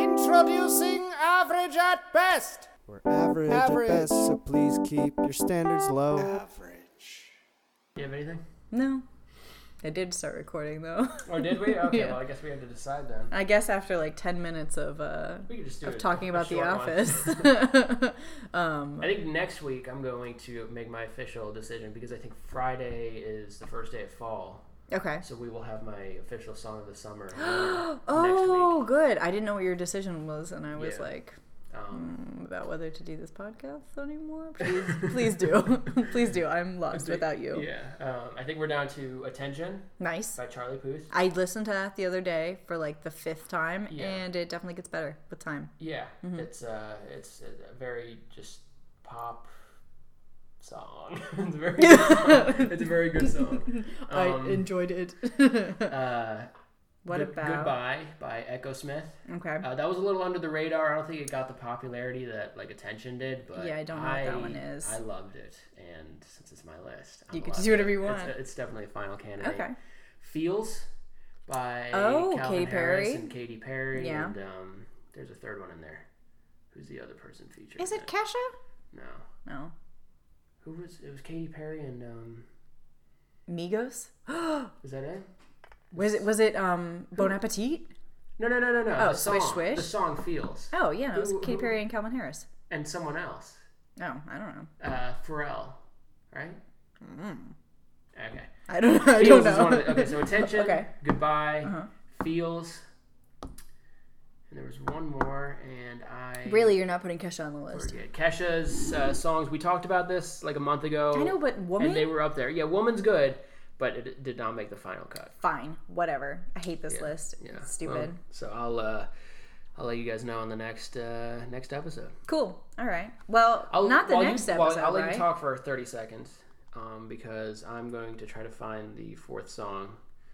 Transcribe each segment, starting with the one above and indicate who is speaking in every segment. Speaker 1: Introducing average at best.
Speaker 2: We're average,
Speaker 1: Average.
Speaker 2: at best, so please keep your standards low.
Speaker 1: Average.
Speaker 3: Do you have anything?
Speaker 4: No. I did start recording though.
Speaker 3: Or Oh, did we? Okay,
Speaker 4: Yeah.
Speaker 3: well, I guess we have to decide then.
Speaker 4: I guess after like 10 minutes of uh
Speaker 3: We can just do
Speaker 4: of
Speaker 3: it-
Speaker 4: talking
Speaker 3: a
Speaker 4: about the
Speaker 3: short one.
Speaker 4: office. um
Speaker 3: I think next week I'm going to make my official decision because I think Friday is the first day of fall,
Speaker 4: okay.
Speaker 3: so we will have my official song of the summer. later
Speaker 4: Oh, good. I didn't know what your decision was and I was
Speaker 3: Yeah.
Speaker 4: like
Speaker 3: next week. Um,
Speaker 4: mm, about whether to do this podcast anymore. Please please do. please do. I'm
Speaker 3: I
Speaker 4: lost
Speaker 3: think-
Speaker 4: without you.
Speaker 3: Yeah. Um, I think we're down to Attention
Speaker 4: Nice.
Speaker 3: by Charlie Puth.
Speaker 4: I listened to that the other day for like the fifth time
Speaker 3: Yeah.
Speaker 4: and it definitely gets better with time.
Speaker 3: Yeah,
Speaker 4: Mm-hmm.
Speaker 3: it's uh, it's a very just pop song. it's a very good song. it's a very good song. Um,
Speaker 4: enjoyed it.
Speaker 3: uh,
Speaker 4: what
Speaker 3: Good-
Speaker 4: about
Speaker 3: Goodbye by Echo Smith.
Speaker 4: Okay.
Speaker 3: Uh, that was a little under the radar. I don't think it got the popularity that like Attention did, but
Speaker 4: Yeah, I don't know what that one is.
Speaker 3: I loved it, and since it's my list, I'm
Speaker 4: You can
Speaker 3: allowed
Speaker 4: do whatever
Speaker 3: to-
Speaker 4: you
Speaker 3: it's-
Speaker 4: want.
Speaker 3: It's, definitely a final candidate.
Speaker 4: Okay.
Speaker 3: Feels by
Speaker 4: Oh,
Speaker 3: Calvin
Speaker 4: Katy
Speaker 3: Harris
Speaker 4: Perry.
Speaker 3: and Katy Perry.
Speaker 4: Yeah.
Speaker 3: And um, there's a third one in there. Who's the other person featured?
Speaker 4: Is
Speaker 3: in
Speaker 4: it Kesha?
Speaker 3: No.
Speaker 4: No.
Speaker 3: Who was? It was Katy Perry and um.
Speaker 4: Migos?
Speaker 3: Is that it?
Speaker 4: Was it was it um Bon Appetit?
Speaker 3: No, no, no, no, no. the
Speaker 4: Oh,
Speaker 3: song,
Speaker 4: Swish Swish?
Speaker 3: The song feels
Speaker 4: Oh yeah, no, it was
Speaker 3: Who-
Speaker 4: Katy
Speaker 3: who-
Speaker 4: Perry and Calvin Harris.
Speaker 3: and someone else.
Speaker 4: Oh, I don't know.
Speaker 3: uh, Pharrell, right? Okay.
Speaker 4: I don't know. Mm. I
Speaker 3: Feels
Speaker 4: don't
Speaker 3: is one
Speaker 4: know.
Speaker 3: of the, okay, so attention,
Speaker 4: Okay. Uh-huh.
Speaker 3: goodbye, feels, and there was one more, and I
Speaker 4: Really, you're not putting Kesha on the list.
Speaker 3: forget. Kesha's uh, songs. We talked about this like a month ago.
Speaker 4: I know, but woman,
Speaker 3: and they were up there. Yeah, woman's good, but it did not make the final cut.
Speaker 4: fine, whatever. I hate this list.
Speaker 3: Yeah,
Speaker 4: It's stupid.
Speaker 3: Um, so I'll uh, I'll let you guys know on the next uh, next episode.
Speaker 4: cool. All right. Well,
Speaker 3: I'll,
Speaker 4: not the
Speaker 3: while you-
Speaker 4: next
Speaker 3: while-
Speaker 4: episode,
Speaker 3: I'll let
Speaker 4: right?
Speaker 3: you talk for 30 seconds um, because I'm going to try to find the fourth song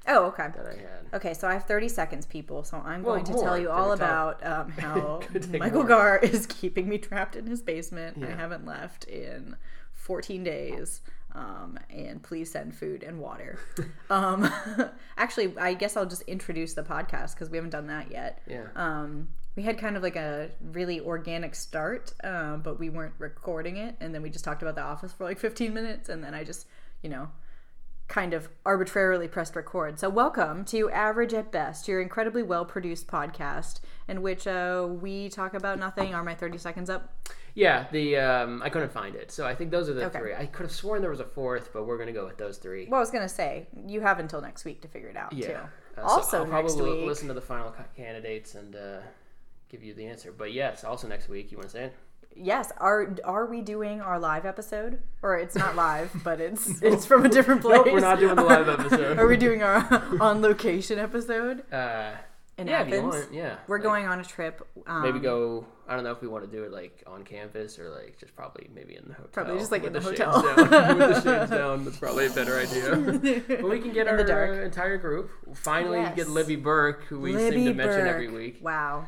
Speaker 4: Oh, okay.
Speaker 3: that I had.
Speaker 4: Okay, so I have 30 seconds, people. So I'm
Speaker 3: Well,
Speaker 4: going to
Speaker 3: more.
Speaker 4: tell you
Speaker 3: Take
Speaker 4: all
Speaker 3: your time.
Speaker 4: about um, how
Speaker 3: Could take
Speaker 4: Michael
Speaker 3: more.
Speaker 4: Gar is keeping me trapped in his basement. I
Speaker 3: Yeah.
Speaker 4: haven't left in 14 days. Um, and please send food and water. um, actually, I guess I'll just introduce the podcast because we haven't done that yet.
Speaker 3: Yeah.
Speaker 4: Um, we had kind of like a really organic start, um, but we weren't recording it. And then we just talked about The Office for like 15 minutes. And then I just, you know, kind of arbitrarily pressed record. So, welcome to Average at Best, your incredibly well produced podcast in which uh, we talk about nothing. Are my 30 seconds up?
Speaker 3: yeah, the um, I couldn't find it. So I think those are the
Speaker 4: Okay.
Speaker 3: three. I could have sworn there was a fourth, but we're going to go with those three.
Speaker 4: Well, I was going to say, you have until next week to figure it out,
Speaker 3: yeah.
Speaker 4: too.
Speaker 3: Uh, so
Speaker 4: also,
Speaker 3: I'll
Speaker 4: next
Speaker 3: probably
Speaker 4: week.
Speaker 3: listen to the final ca- candidates and uh, give you the answer. But yes, also next week. You want to say it?
Speaker 4: Yes, are are we doing our live episode? Or it's not live, but it's it's from a different place.
Speaker 3: Nope, we're not doing the live episode.
Speaker 4: Are we doing our on location episode
Speaker 3: Uh,
Speaker 4: in
Speaker 3: yeah, if you
Speaker 4: Athens?
Speaker 3: want. Yeah.
Speaker 4: We're
Speaker 3: Like,
Speaker 4: going on a trip. Um,
Speaker 3: Maybe go. I don't know if we want to do it like on campus or like just probably maybe in the hotel.
Speaker 4: Probably just, like,
Speaker 3: with
Speaker 4: in the
Speaker 3: shades
Speaker 4: hotel.
Speaker 3: down. with the shades down, that's probably a better idea. but we can get
Speaker 4: In
Speaker 3: our
Speaker 4: the dark.
Speaker 3: uh, entire group. Finally, get
Speaker 4: Yes.
Speaker 3: Libby Burke, who we seem to mention every
Speaker 4: Burke.
Speaker 3: week.
Speaker 4: Wow.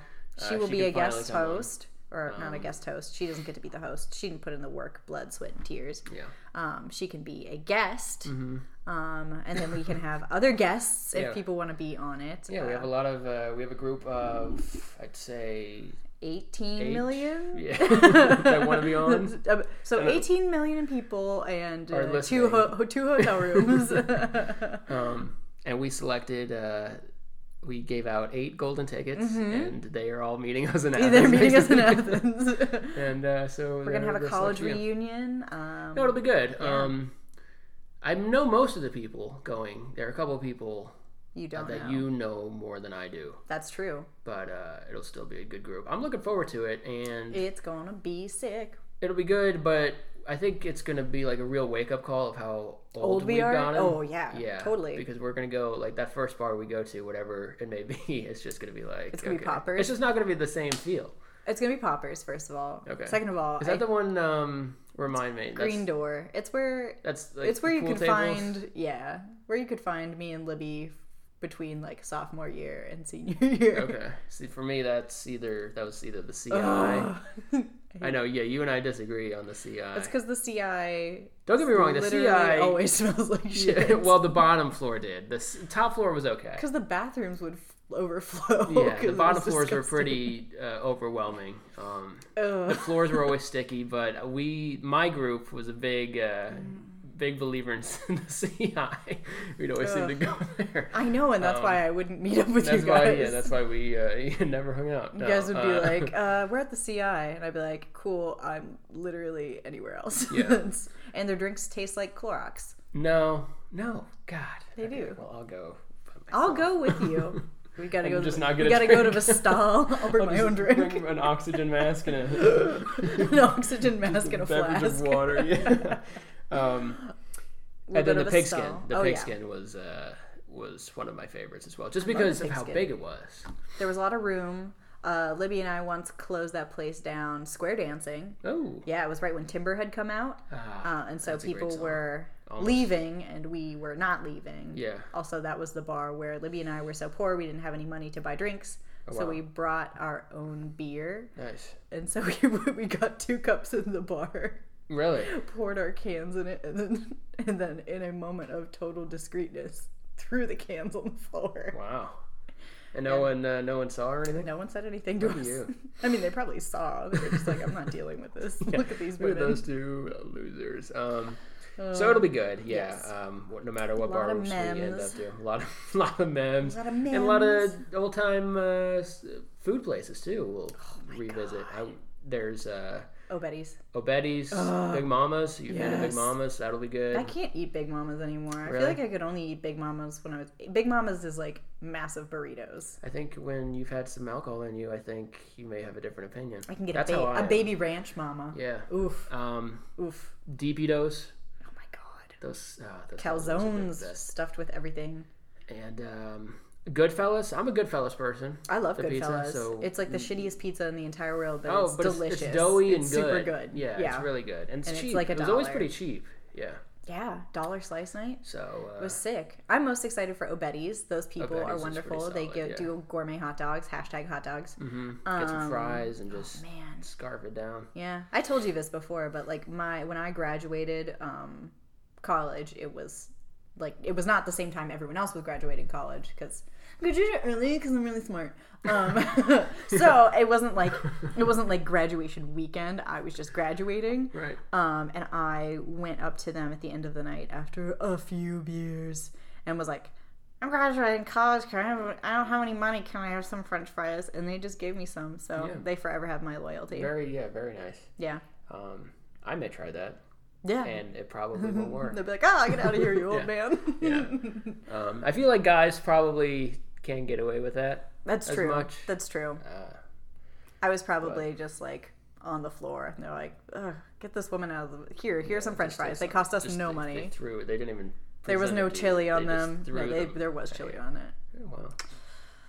Speaker 4: She
Speaker 3: Uh,
Speaker 4: will
Speaker 3: she
Speaker 4: be
Speaker 3: can
Speaker 4: a
Speaker 3: finally
Speaker 4: guest
Speaker 3: come on. Um,
Speaker 4: host. Or not a guest host. She doesn't get to be the host. She didn't put in the work, blood, sweat, and tears.
Speaker 3: Yeah. Mm-hmm.
Speaker 4: Um, she can be a guest. Um, and then we can have other guests if
Speaker 3: Yeah.
Speaker 4: people want to be on it.
Speaker 3: Yeah, we have a lot of. Uh, we have a group of. I'd say. eight-
Speaker 4: 18 million?
Speaker 3: Yeah. that want to be on.
Speaker 4: Uh, So
Speaker 3: And, uh,
Speaker 4: 18 million people and
Speaker 3: Are
Speaker 4: uh, two ho- ho- two hotel rooms.
Speaker 3: Um, and we selected. Uh, we gave out eight golden tickets, and they are all meeting us in Athens.
Speaker 4: Mm-hmm. They're meeting us in
Speaker 3: basically.
Speaker 4: Athens. We're
Speaker 3: And uh, so we're
Speaker 4: gonna have a college reunion. Um,
Speaker 3: No, it'll be good. Um, I know most of the people going. There are a couple of people
Speaker 4: you don't
Speaker 3: that
Speaker 4: know.
Speaker 3: you know more than I do,
Speaker 4: That's true.
Speaker 3: but uh, it'll still be a good group. I'm looking forward to it, and
Speaker 4: It's gonna be sick.
Speaker 3: it'll be good. But I think it's gonna be like a real wake up call of how old,
Speaker 4: Old we
Speaker 3: we've
Speaker 4: are?
Speaker 3: gotten.
Speaker 4: Oh, yeah, totally.
Speaker 3: Because we're gonna go like that first bar we go to, whatever it may be. It's just gonna be like it's
Speaker 4: gonna be poppers.
Speaker 3: It's just not gonna be the same feel.
Speaker 4: It's gonna be poppers. First of all.
Speaker 3: Okay.
Speaker 4: Second of all,
Speaker 3: Is that
Speaker 4: I-
Speaker 3: the one? Um, remind me.
Speaker 4: green
Speaker 3: That's,
Speaker 4: door. It's where
Speaker 3: that's like
Speaker 4: it's where
Speaker 3: the
Speaker 4: you
Speaker 3: pool
Speaker 4: could
Speaker 3: tables.
Speaker 4: find yeah, where you could find me and Libby between like sophomore year and senior year.
Speaker 3: Okay. See, for me, that's either that was either the CI. I know. Yeah, you and I disagree on the CI.
Speaker 4: It's because the CI.
Speaker 3: Don't get me wrong. The
Speaker 4: literally
Speaker 3: CI.
Speaker 4: always smells like shit.
Speaker 3: well, the bottom floor did. The s- top floor was okay.
Speaker 4: Because the bathrooms would f- overflow.
Speaker 3: Yeah,
Speaker 4: 'cause
Speaker 3: the
Speaker 4: it
Speaker 3: bottom
Speaker 4: was
Speaker 3: floors were
Speaker 4: disgusting.
Speaker 3: pretty uh, overwhelming. Um, the
Speaker 4: Ugh.
Speaker 3: floors were always sticky, but we, my group, was a big, uh,
Speaker 4: Mm.
Speaker 3: big believer in the CI. We'd always seem to go there.
Speaker 4: I know, and that's
Speaker 3: Um,
Speaker 4: why I wouldn't meet up with
Speaker 3: That's
Speaker 4: you
Speaker 3: why,
Speaker 4: guys.
Speaker 3: yeah, that's why we uh, never hung out.
Speaker 4: you
Speaker 3: No,
Speaker 4: guys would be
Speaker 3: uh,
Speaker 4: like, uh, "We're at the CI," and I'd be like, "Cool, I'm literally anywhere else."
Speaker 3: Yeah.
Speaker 4: It's- and their drinks taste like Clorox.
Speaker 3: no, no, God,
Speaker 4: They do.
Speaker 3: Well, I'll go. by
Speaker 4: I'll
Speaker 3: myself.
Speaker 4: go with you. We gotta
Speaker 3: Oh. I'm
Speaker 4: go.
Speaker 3: just
Speaker 4: to,
Speaker 3: not
Speaker 4: we
Speaker 3: gonna
Speaker 4: gotta go to
Speaker 3: drink.
Speaker 4: Vestal. I'll bring
Speaker 3: I'll
Speaker 4: my
Speaker 3: just
Speaker 4: own drink,
Speaker 3: Bring an oxygen mask and a
Speaker 4: an oxygen mask, and a
Speaker 3: beverage of
Speaker 4: flask.
Speaker 3: water. Yeah. um,
Speaker 4: We'll
Speaker 3: and
Speaker 4: go
Speaker 3: then
Speaker 4: to
Speaker 3: the pigskin.
Speaker 4: Vestal.
Speaker 3: The
Speaker 4: oh, yeah.
Speaker 3: pigskin was uh, was one of my favorites as well, just because of how
Speaker 4: pigskin.
Speaker 3: big it was.
Speaker 4: There was a lot of room. Uh, Libby and I once closed that place down square dancing.
Speaker 3: Oh,
Speaker 4: Yeah, it was right when Timber had come out,
Speaker 3: Ah,
Speaker 4: uh, and so
Speaker 3: that's a great
Speaker 4: people
Speaker 3: song.
Speaker 4: were
Speaker 3: Almost.
Speaker 4: leaving, and we were not leaving.
Speaker 3: yeah.
Speaker 4: Also, that was the bar where Libby and I were so poor we didn't have any money to buy drinks,
Speaker 3: Oh,
Speaker 4: so
Speaker 3: wow.
Speaker 4: we brought our own beer,
Speaker 3: Nice.
Speaker 4: and so we we got two cups in the bar,
Speaker 3: Really?
Speaker 4: poured our cans in it, and then and then in a moment of total discreetness, threw the cans on the floor.
Speaker 3: Wow. And no one, uh, no one saw or anything.
Speaker 4: No one said anything to
Speaker 3: Lucky
Speaker 4: us.
Speaker 3: you.
Speaker 4: I mean, they probably saw. They were just like, "I'm not dealing with this. Look at these
Speaker 3: Look at
Speaker 4: women."
Speaker 3: those two losers. Um, so it'll be good. Yeah.
Speaker 4: yes.
Speaker 3: Um, what- no matter what
Speaker 4: Lot of
Speaker 3: bar we end
Speaker 4: memes.
Speaker 3: up to, a lot of, lot of memes.
Speaker 4: Lot of
Speaker 3: and a lot of
Speaker 4: memes.
Speaker 3: old time uh, s- food places too. We'll revisit. I, there's uh,
Speaker 4: Oh, Betty's.
Speaker 3: Obetti's, Big Mamas. You've been to
Speaker 4: yes.
Speaker 3: Big Mamas. That'll be good.
Speaker 4: I can't eat Big Mamas anymore. I
Speaker 3: Really?
Speaker 4: feel like I could only eat Big Mamas when I was. Big Mamas is like massive burritos.
Speaker 3: I think when you've had some alcohol in you, I think you may have a different opinion.
Speaker 4: I can get
Speaker 3: That's
Speaker 4: a,
Speaker 3: how
Speaker 4: ba-
Speaker 3: I
Speaker 4: a
Speaker 3: am.
Speaker 4: baby ranch mama.
Speaker 3: Yeah.
Speaker 4: Oof,
Speaker 3: Um,
Speaker 4: oof.
Speaker 3: Deepitos.
Speaker 4: Oh my god.
Speaker 3: Those, uh, those
Speaker 4: Calzones
Speaker 3: those are
Speaker 4: stuffed with everything.
Speaker 3: the best. And um, Goodfellas. I'm a Goodfellas person.
Speaker 4: I love
Speaker 3: The
Speaker 4: Goodfellas.
Speaker 3: pizza, so- mm.
Speaker 4: it's like the shittiest pizza in the entire world, but
Speaker 3: oh,
Speaker 4: it's
Speaker 3: but it's-
Speaker 4: delicious.
Speaker 3: It's, doughy
Speaker 4: It's
Speaker 3: and
Speaker 4: super
Speaker 3: good.
Speaker 4: good.
Speaker 3: Yeah,
Speaker 4: yeah.
Speaker 3: it's really good. And it's
Speaker 4: And it's
Speaker 3: cheap.
Speaker 4: like a
Speaker 3: it was always
Speaker 4: dollar.
Speaker 3: pretty cheap. Yeah.
Speaker 4: yeah. Dollar slice night.
Speaker 3: So uh,
Speaker 4: It was sick. I'm most excited for Obetti's. Those people
Speaker 3: Obetti's
Speaker 4: are
Speaker 3: is
Speaker 4: wonderful.
Speaker 3: pretty
Speaker 4: they
Speaker 3: solid,
Speaker 4: go,
Speaker 3: yeah.
Speaker 4: do gourmet hot dogs. Hashtag hot dogs.
Speaker 3: get some fries and just
Speaker 4: um, oh, Man,
Speaker 3: scarf it down.
Speaker 4: Yeah, I told you this before, but like my when I graduated um, college, it was like it was not the same time everyone else was graduating college because I graduated early because I'm really smart. Um, so it wasn't like it wasn't like graduation weekend. I was just graduating.
Speaker 3: Right.
Speaker 4: Um, and I went up to them at the end of the night after a few beers and was like, I'm graduating college. Can I, have, I don't have any money. Can I have some French fries? And they just gave me some. So
Speaker 3: Yeah.
Speaker 4: they forever have my loyalty.
Speaker 3: Very yeah, very nice.
Speaker 4: yeah.
Speaker 3: Um, I may try that,
Speaker 4: Yeah.
Speaker 3: and it probably will work.
Speaker 4: They'll be like, ah, get out of here, you old man.
Speaker 3: yeah. Um, I feel like guys probably can get away with that.
Speaker 4: That's
Speaker 3: As
Speaker 4: true.
Speaker 3: much.
Speaker 4: That's true.
Speaker 3: Uh,
Speaker 4: I was probably just like on the floor, and they're like, Ugh, get this woman out of the here. Here's some French fries. They cost us
Speaker 3: just
Speaker 4: no
Speaker 3: they-
Speaker 4: money.
Speaker 3: They threw it. They didn't even.
Speaker 4: there was
Speaker 3: present
Speaker 4: no
Speaker 3: it to you.
Speaker 4: chili on
Speaker 3: They just
Speaker 4: them.
Speaker 3: threw
Speaker 4: No, they,
Speaker 3: them.
Speaker 4: there was chili on it.
Speaker 3: Wow.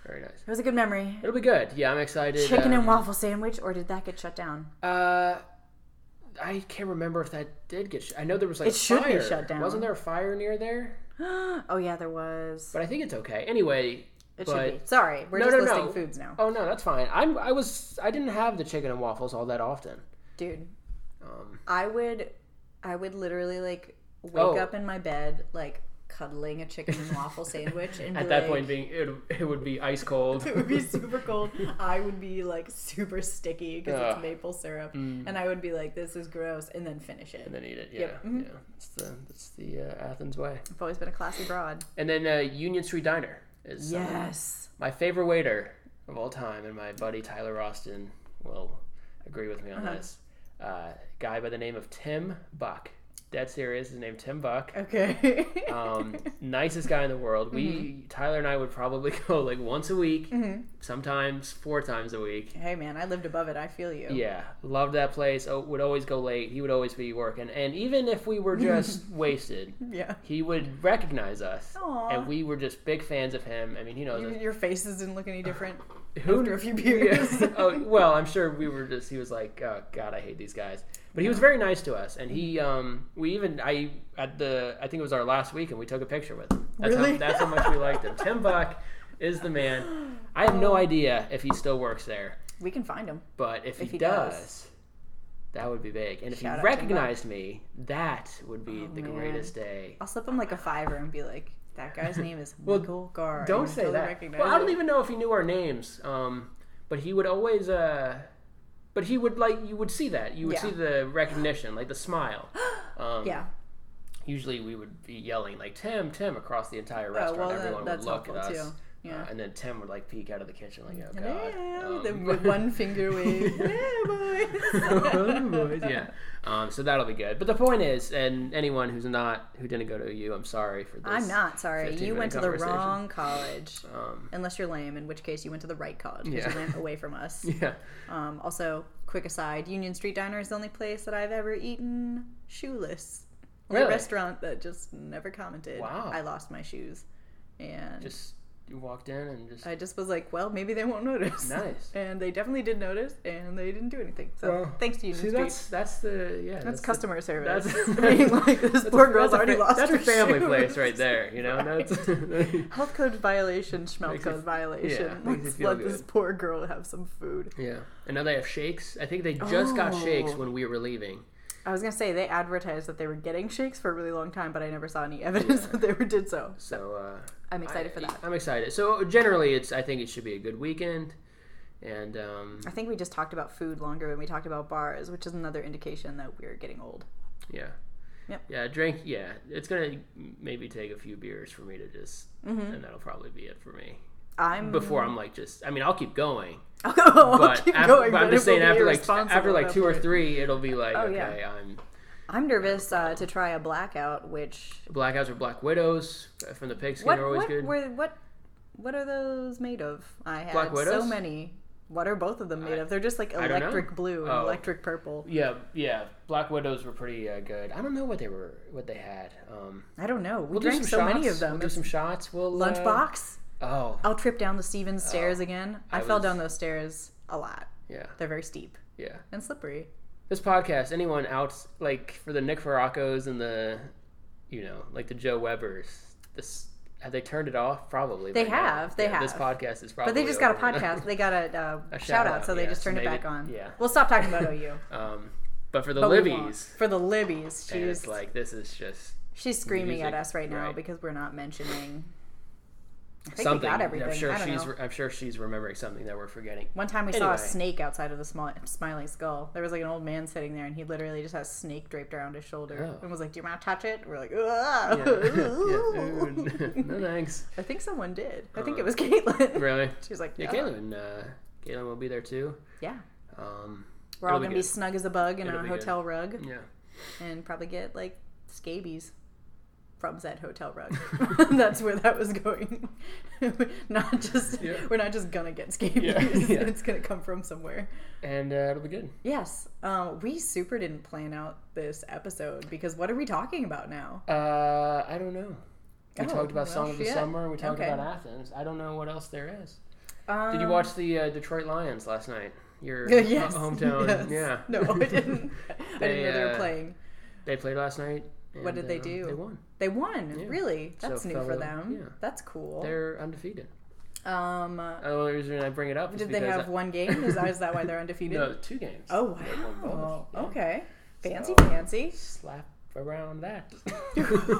Speaker 3: Very nice.
Speaker 4: It was a good memory.
Speaker 3: It'll be good. Yeah, I'm excited.
Speaker 4: Chicken and
Speaker 3: um,
Speaker 4: waffle sandwich, or did that get shut down?
Speaker 3: Uh, I can't remember if that did get. Sh- I know there was like
Speaker 4: It should be
Speaker 3: fire.
Speaker 4: shut down.
Speaker 3: Wasn't there a fire near there?
Speaker 4: oh yeah, there was.
Speaker 3: But I think it's okay. Anyway,
Speaker 4: It
Speaker 3: but
Speaker 4: should be. Sorry, we're
Speaker 3: No,
Speaker 4: just
Speaker 3: no,
Speaker 4: listing
Speaker 3: no.
Speaker 4: foods now,
Speaker 3: oh no, that's fine. I'm. I was. I didn't have the chicken and waffles all that often.
Speaker 4: dude.
Speaker 3: Um,
Speaker 4: I would, I would literally like wake
Speaker 3: Oh.
Speaker 4: up in my bed like cuddling a chicken and waffle sandwich, and
Speaker 3: at
Speaker 4: be
Speaker 3: that
Speaker 4: like,
Speaker 3: point, being it, it would be ice cold.
Speaker 4: it would be super cold. I would be like super sticky because
Speaker 3: Ugh. Mm.
Speaker 4: it's maple syrup, and I would be like, "This is gross," and then finish it.
Speaker 3: and then eat it. Yeah,
Speaker 4: Yep.
Speaker 3: yeah. It's the that's the uh, Athens way.
Speaker 4: I've always been a classy broad.
Speaker 3: And then uh, Union Street Diner is uh,
Speaker 4: Yes,
Speaker 3: my favorite waiter of all time, and my buddy Tyler Austin will agree with me on this. Uh, guy by the name of Tim Buck. Dead serious. His name Tim Buck.
Speaker 4: okay.
Speaker 3: Um, nicest guy in the world. We Tyler and I would probably go like once a week, sometimes four times a week.
Speaker 4: hey man, I lived above it. I feel you.
Speaker 3: Yeah, loved that place. Oh, would always go late. He would always be working, and even if we were just wasted,
Speaker 4: Yeah.
Speaker 3: he would recognize us,
Speaker 4: Aw.
Speaker 3: and we were just big fans of him. I mean, he knows
Speaker 4: You-
Speaker 3: us.
Speaker 4: your faces didn't look any different
Speaker 3: Who
Speaker 4: after a few beers.
Speaker 3: Yeah. oh, well, I'm sure we were just. He was like, "Oh God, I hate these guys," but he was very nice to us, and he, um, we even I at the I think it was our last week, and we took a picture with him. That's
Speaker 4: Really?
Speaker 3: How, that's how much we liked him. Tim Buck is the man. I have
Speaker 4: Oh.
Speaker 3: no idea if he still works there,
Speaker 4: we can find them.
Speaker 3: but if,
Speaker 4: If
Speaker 3: he,
Speaker 4: he
Speaker 3: does,
Speaker 4: does.
Speaker 3: that would be big. And if
Speaker 4: Shout out
Speaker 3: he
Speaker 4: Tim Buck. Oh,
Speaker 3: recognized me, that would be the
Speaker 4: man.
Speaker 3: greatest day.
Speaker 4: I'll slip them like a fiver and be like, That guy's name is
Speaker 3: Well,
Speaker 4: Michael Gar.
Speaker 3: Don't say that. Well, I don't even know if he knew our names. Um, but he would always. Uh, but he would like you would see that you would
Speaker 4: Yeah.
Speaker 3: see the recognition, like the smile. Um,
Speaker 4: Yeah.
Speaker 3: Usually we would be yelling like Tim, Tim across the entire restaurant.
Speaker 4: Oh, well, that-
Speaker 3: Everyone
Speaker 4: that's
Speaker 3: would look at
Speaker 4: helpful,
Speaker 3: us.
Speaker 4: too. Yeah.
Speaker 3: Uh, and then Tim would like peek out of the kitchen like, oh god.
Speaker 4: Hello.
Speaker 3: Um,
Speaker 4: the with one finger wave. Hello, boys.
Speaker 3: yeah. Um, so that'll be good. But the point is, and anyone who's not who didn't go to OU, I'm sorry for this.
Speaker 4: I'm not sorry.
Speaker 3: 15
Speaker 4: You went to
Speaker 3: minute
Speaker 4: the
Speaker 3: conversation.
Speaker 4: wrong college.
Speaker 3: Um,
Speaker 4: Unless you're lame, in which case you went to the right college because
Speaker 3: Yeah.
Speaker 4: you went away from us.
Speaker 3: yeah.
Speaker 4: Um, also, quick aside: Union Street Diner is the only place that I've ever eaten shoeless. Only
Speaker 3: Really?
Speaker 4: restaurant that just never commented.
Speaker 3: Wow.
Speaker 4: I lost my shoes, and
Speaker 3: Just you walked in and just
Speaker 4: I just was like, well, maybe they won't notice.
Speaker 3: nice.
Speaker 4: And they definitely did notice, and they didn't do anything. So
Speaker 3: Well,
Speaker 4: thanks to Union
Speaker 3: See,
Speaker 4: Street.
Speaker 3: that's that's the yeah.
Speaker 4: That's
Speaker 3: the-
Speaker 4: customer service.
Speaker 3: that's-
Speaker 4: I mean, like this
Speaker 3: that's a-
Speaker 4: poor girl's
Speaker 3: that's a
Speaker 4: already
Speaker 3: fa-
Speaker 4: lost
Speaker 3: That's
Speaker 4: her
Speaker 3: a family
Speaker 4: shoes.
Speaker 3: place right there. You know. That's
Speaker 4: Health code violation, schmelt
Speaker 3: Makes you-
Speaker 4: code violation.
Speaker 3: yeah, makes you
Speaker 4: Let's
Speaker 3: feel
Speaker 4: let this
Speaker 3: good.
Speaker 4: poor girl have some food.
Speaker 3: yeah. And now they have shakes. I think they just got shakes
Speaker 4: Oh.
Speaker 3: when we were leaving.
Speaker 4: I was gonna say they advertised that they were getting shakes for a really long time, but I never saw any evidence that they were did so.
Speaker 3: So uh,
Speaker 4: I'm excited
Speaker 3: I-
Speaker 4: for that.
Speaker 3: I'm excited. So generally, it's I think it should be a good weekend, and um,
Speaker 4: I think we just talked about food longer when we talked about bars, which is another indication that we're getting old.
Speaker 3: Yeah.
Speaker 4: Yep.
Speaker 3: Yeah, drink. Yeah, it's gonna maybe take a few beers for me to just,
Speaker 4: Mm-hmm.
Speaker 3: and that'll probably be it for me.
Speaker 4: I'm.
Speaker 3: Before I'm like, just, I mean, I'll keep going,
Speaker 4: oh,
Speaker 3: but,
Speaker 4: I'll keep
Speaker 3: after,
Speaker 4: going,
Speaker 3: but I'm
Speaker 4: but
Speaker 3: just
Speaker 4: it
Speaker 3: saying,
Speaker 4: will be
Speaker 3: after like,
Speaker 4: irresponsible
Speaker 3: after like
Speaker 4: at
Speaker 3: two
Speaker 4: that
Speaker 3: or
Speaker 4: point.
Speaker 3: three, it'll be like, okay,
Speaker 4: yeah.
Speaker 3: I'm
Speaker 4: I'm nervous uh, to try a blackout, which
Speaker 3: Black Eyes or Black Widows uh, from the Pigskin
Speaker 4: what
Speaker 3: are always
Speaker 4: what
Speaker 3: good.
Speaker 4: were what what are those made of? I had
Speaker 3: Black
Speaker 4: so
Speaker 3: Widows?
Speaker 4: many. What are both of them made
Speaker 3: I-
Speaker 4: of? They're just like
Speaker 3: I don't know.
Speaker 4: electric blue and
Speaker 3: Oh.
Speaker 4: electric purple.
Speaker 3: yeah, yeah, Black Widows were pretty uh, good. I don't know what they were, what they had. Um,
Speaker 4: I don't know. We
Speaker 3: we'll do
Speaker 4: drank
Speaker 3: some
Speaker 4: so
Speaker 3: shots.
Speaker 4: many of them.
Speaker 3: We'll do some shots. We'll uh,
Speaker 4: Lunchbox.
Speaker 3: oh,
Speaker 4: I'll trip down the Stevens stairs again. I,
Speaker 3: I
Speaker 4: fell
Speaker 3: Oh. was-
Speaker 4: down those stairs a lot.
Speaker 3: yeah,
Speaker 4: They're very steep
Speaker 3: yeah.
Speaker 4: and slippery.
Speaker 3: this podcast, anyone out like for the Nick Ferracos and the, you know, like the Joe Webbers, this have they turned it off? Probably
Speaker 4: They
Speaker 3: by now.
Speaker 4: have, they
Speaker 3: Yeah, This
Speaker 4: have.
Speaker 3: podcast is probably.
Speaker 4: But they just got a
Speaker 3: over.
Speaker 4: podcast. They got a, uh,
Speaker 3: A
Speaker 4: shout,
Speaker 3: shout
Speaker 4: out,
Speaker 3: out,
Speaker 4: so they
Speaker 3: yeah,
Speaker 4: just
Speaker 3: so
Speaker 4: turned
Speaker 3: maybe-
Speaker 4: it back on.
Speaker 3: yeah.
Speaker 4: We'll stop talking about OU.
Speaker 3: um, but for the
Speaker 4: but we won't.
Speaker 3: Libbies,
Speaker 4: For the Libbies,
Speaker 3: and
Speaker 4: she's
Speaker 3: it's like this is just
Speaker 4: she's screaming at
Speaker 3: music,
Speaker 4: us right now
Speaker 3: right.
Speaker 4: because we're not mentioning. I think
Speaker 3: something.
Speaker 4: we got everything.
Speaker 3: I'm sure
Speaker 4: I don't
Speaker 3: she's.
Speaker 4: know.
Speaker 3: I'm sure she's remembering something that we're forgetting.
Speaker 4: One time we saw a
Speaker 3: Anyway.
Speaker 4: snake outside of the small, smiling skull. There was like an old man sitting there, and he literally just had a snake draped around his shoulder,
Speaker 3: Oh.
Speaker 4: and was like, "Do you want to touch it?" And we're like, "Ugh."
Speaker 3: Yeah. Yeah. no thanks.
Speaker 4: I think someone did. I think
Speaker 3: Uh,
Speaker 4: it was Caitlin.
Speaker 3: Really?
Speaker 4: She was like,
Speaker 3: Yeah,
Speaker 4: "Ugh."
Speaker 3: Caitlin. and, Uh, Caitlin will be there too.
Speaker 4: Yeah.
Speaker 3: Um,
Speaker 4: We're all
Speaker 3: It'll be
Speaker 4: gonna be
Speaker 3: good.
Speaker 4: snug as a bug in
Speaker 3: It'll
Speaker 4: a
Speaker 3: be
Speaker 4: hotel rug
Speaker 3: yeah.
Speaker 4: and probably get like scabies from said hotel rug. That's where that was going. not just
Speaker 3: Yeah.
Speaker 4: we're not just gonna get scabies.
Speaker 3: Yeah.
Speaker 4: It's gonna come from somewhere.
Speaker 3: And uh, it'll be good.
Speaker 4: Yes. Um, we super didn't plan out this episode because what are we talking about now?
Speaker 3: Uh, I don't know. We
Speaker 4: Oh,
Speaker 3: talked about
Speaker 4: well,
Speaker 3: Song of the
Speaker 4: shit.
Speaker 3: Summer. We talked
Speaker 4: Okay.
Speaker 3: about Athens. I don't know what else there is.
Speaker 4: Um,
Speaker 3: Did you watch the uh, Detroit Lions last night? Your
Speaker 4: yes,
Speaker 3: ho- hometown.
Speaker 4: yes.
Speaker 3: Yeah.
Speaker 4: No, I didn't. I
Speaker 3: They,
Speaker 4: didn't know they were
Speaker 3: uh,
Speaker 4: playing.
Speaker 3: They played last night. uh,
Speaker 4: What did they do?
Speaker 3: They won.
Speaker 4: They won.
Speaker 3: yeah.
Speaker 4: Really?
Speaker 3: So
Speaker 4: That's new for
Speaker 3: fellow-
Speaker 4: them.
Speaker 3: yeah.
Speaker 4: That's cool.
Speaker 3: They're undefeated. Oh,
Speaker 4: um,
Speaker 3: The only reason I bring it up is
Speaker 4: did they
Speaker 3: because
Speaker 4: have
Speaker 3: I,
Speaker 4: one game? Is, is that why they're undefeated?
Speaker 3: no two games.
Speaker 4: Oh
Speaker 3: They won both.
Speaker 4: wow!
Speaker 3: Yeah.
Speaker 4: Okay, fancy,
Speaker 3: So-
Speaker 4: fancy.
Speaker 3: Slap around that.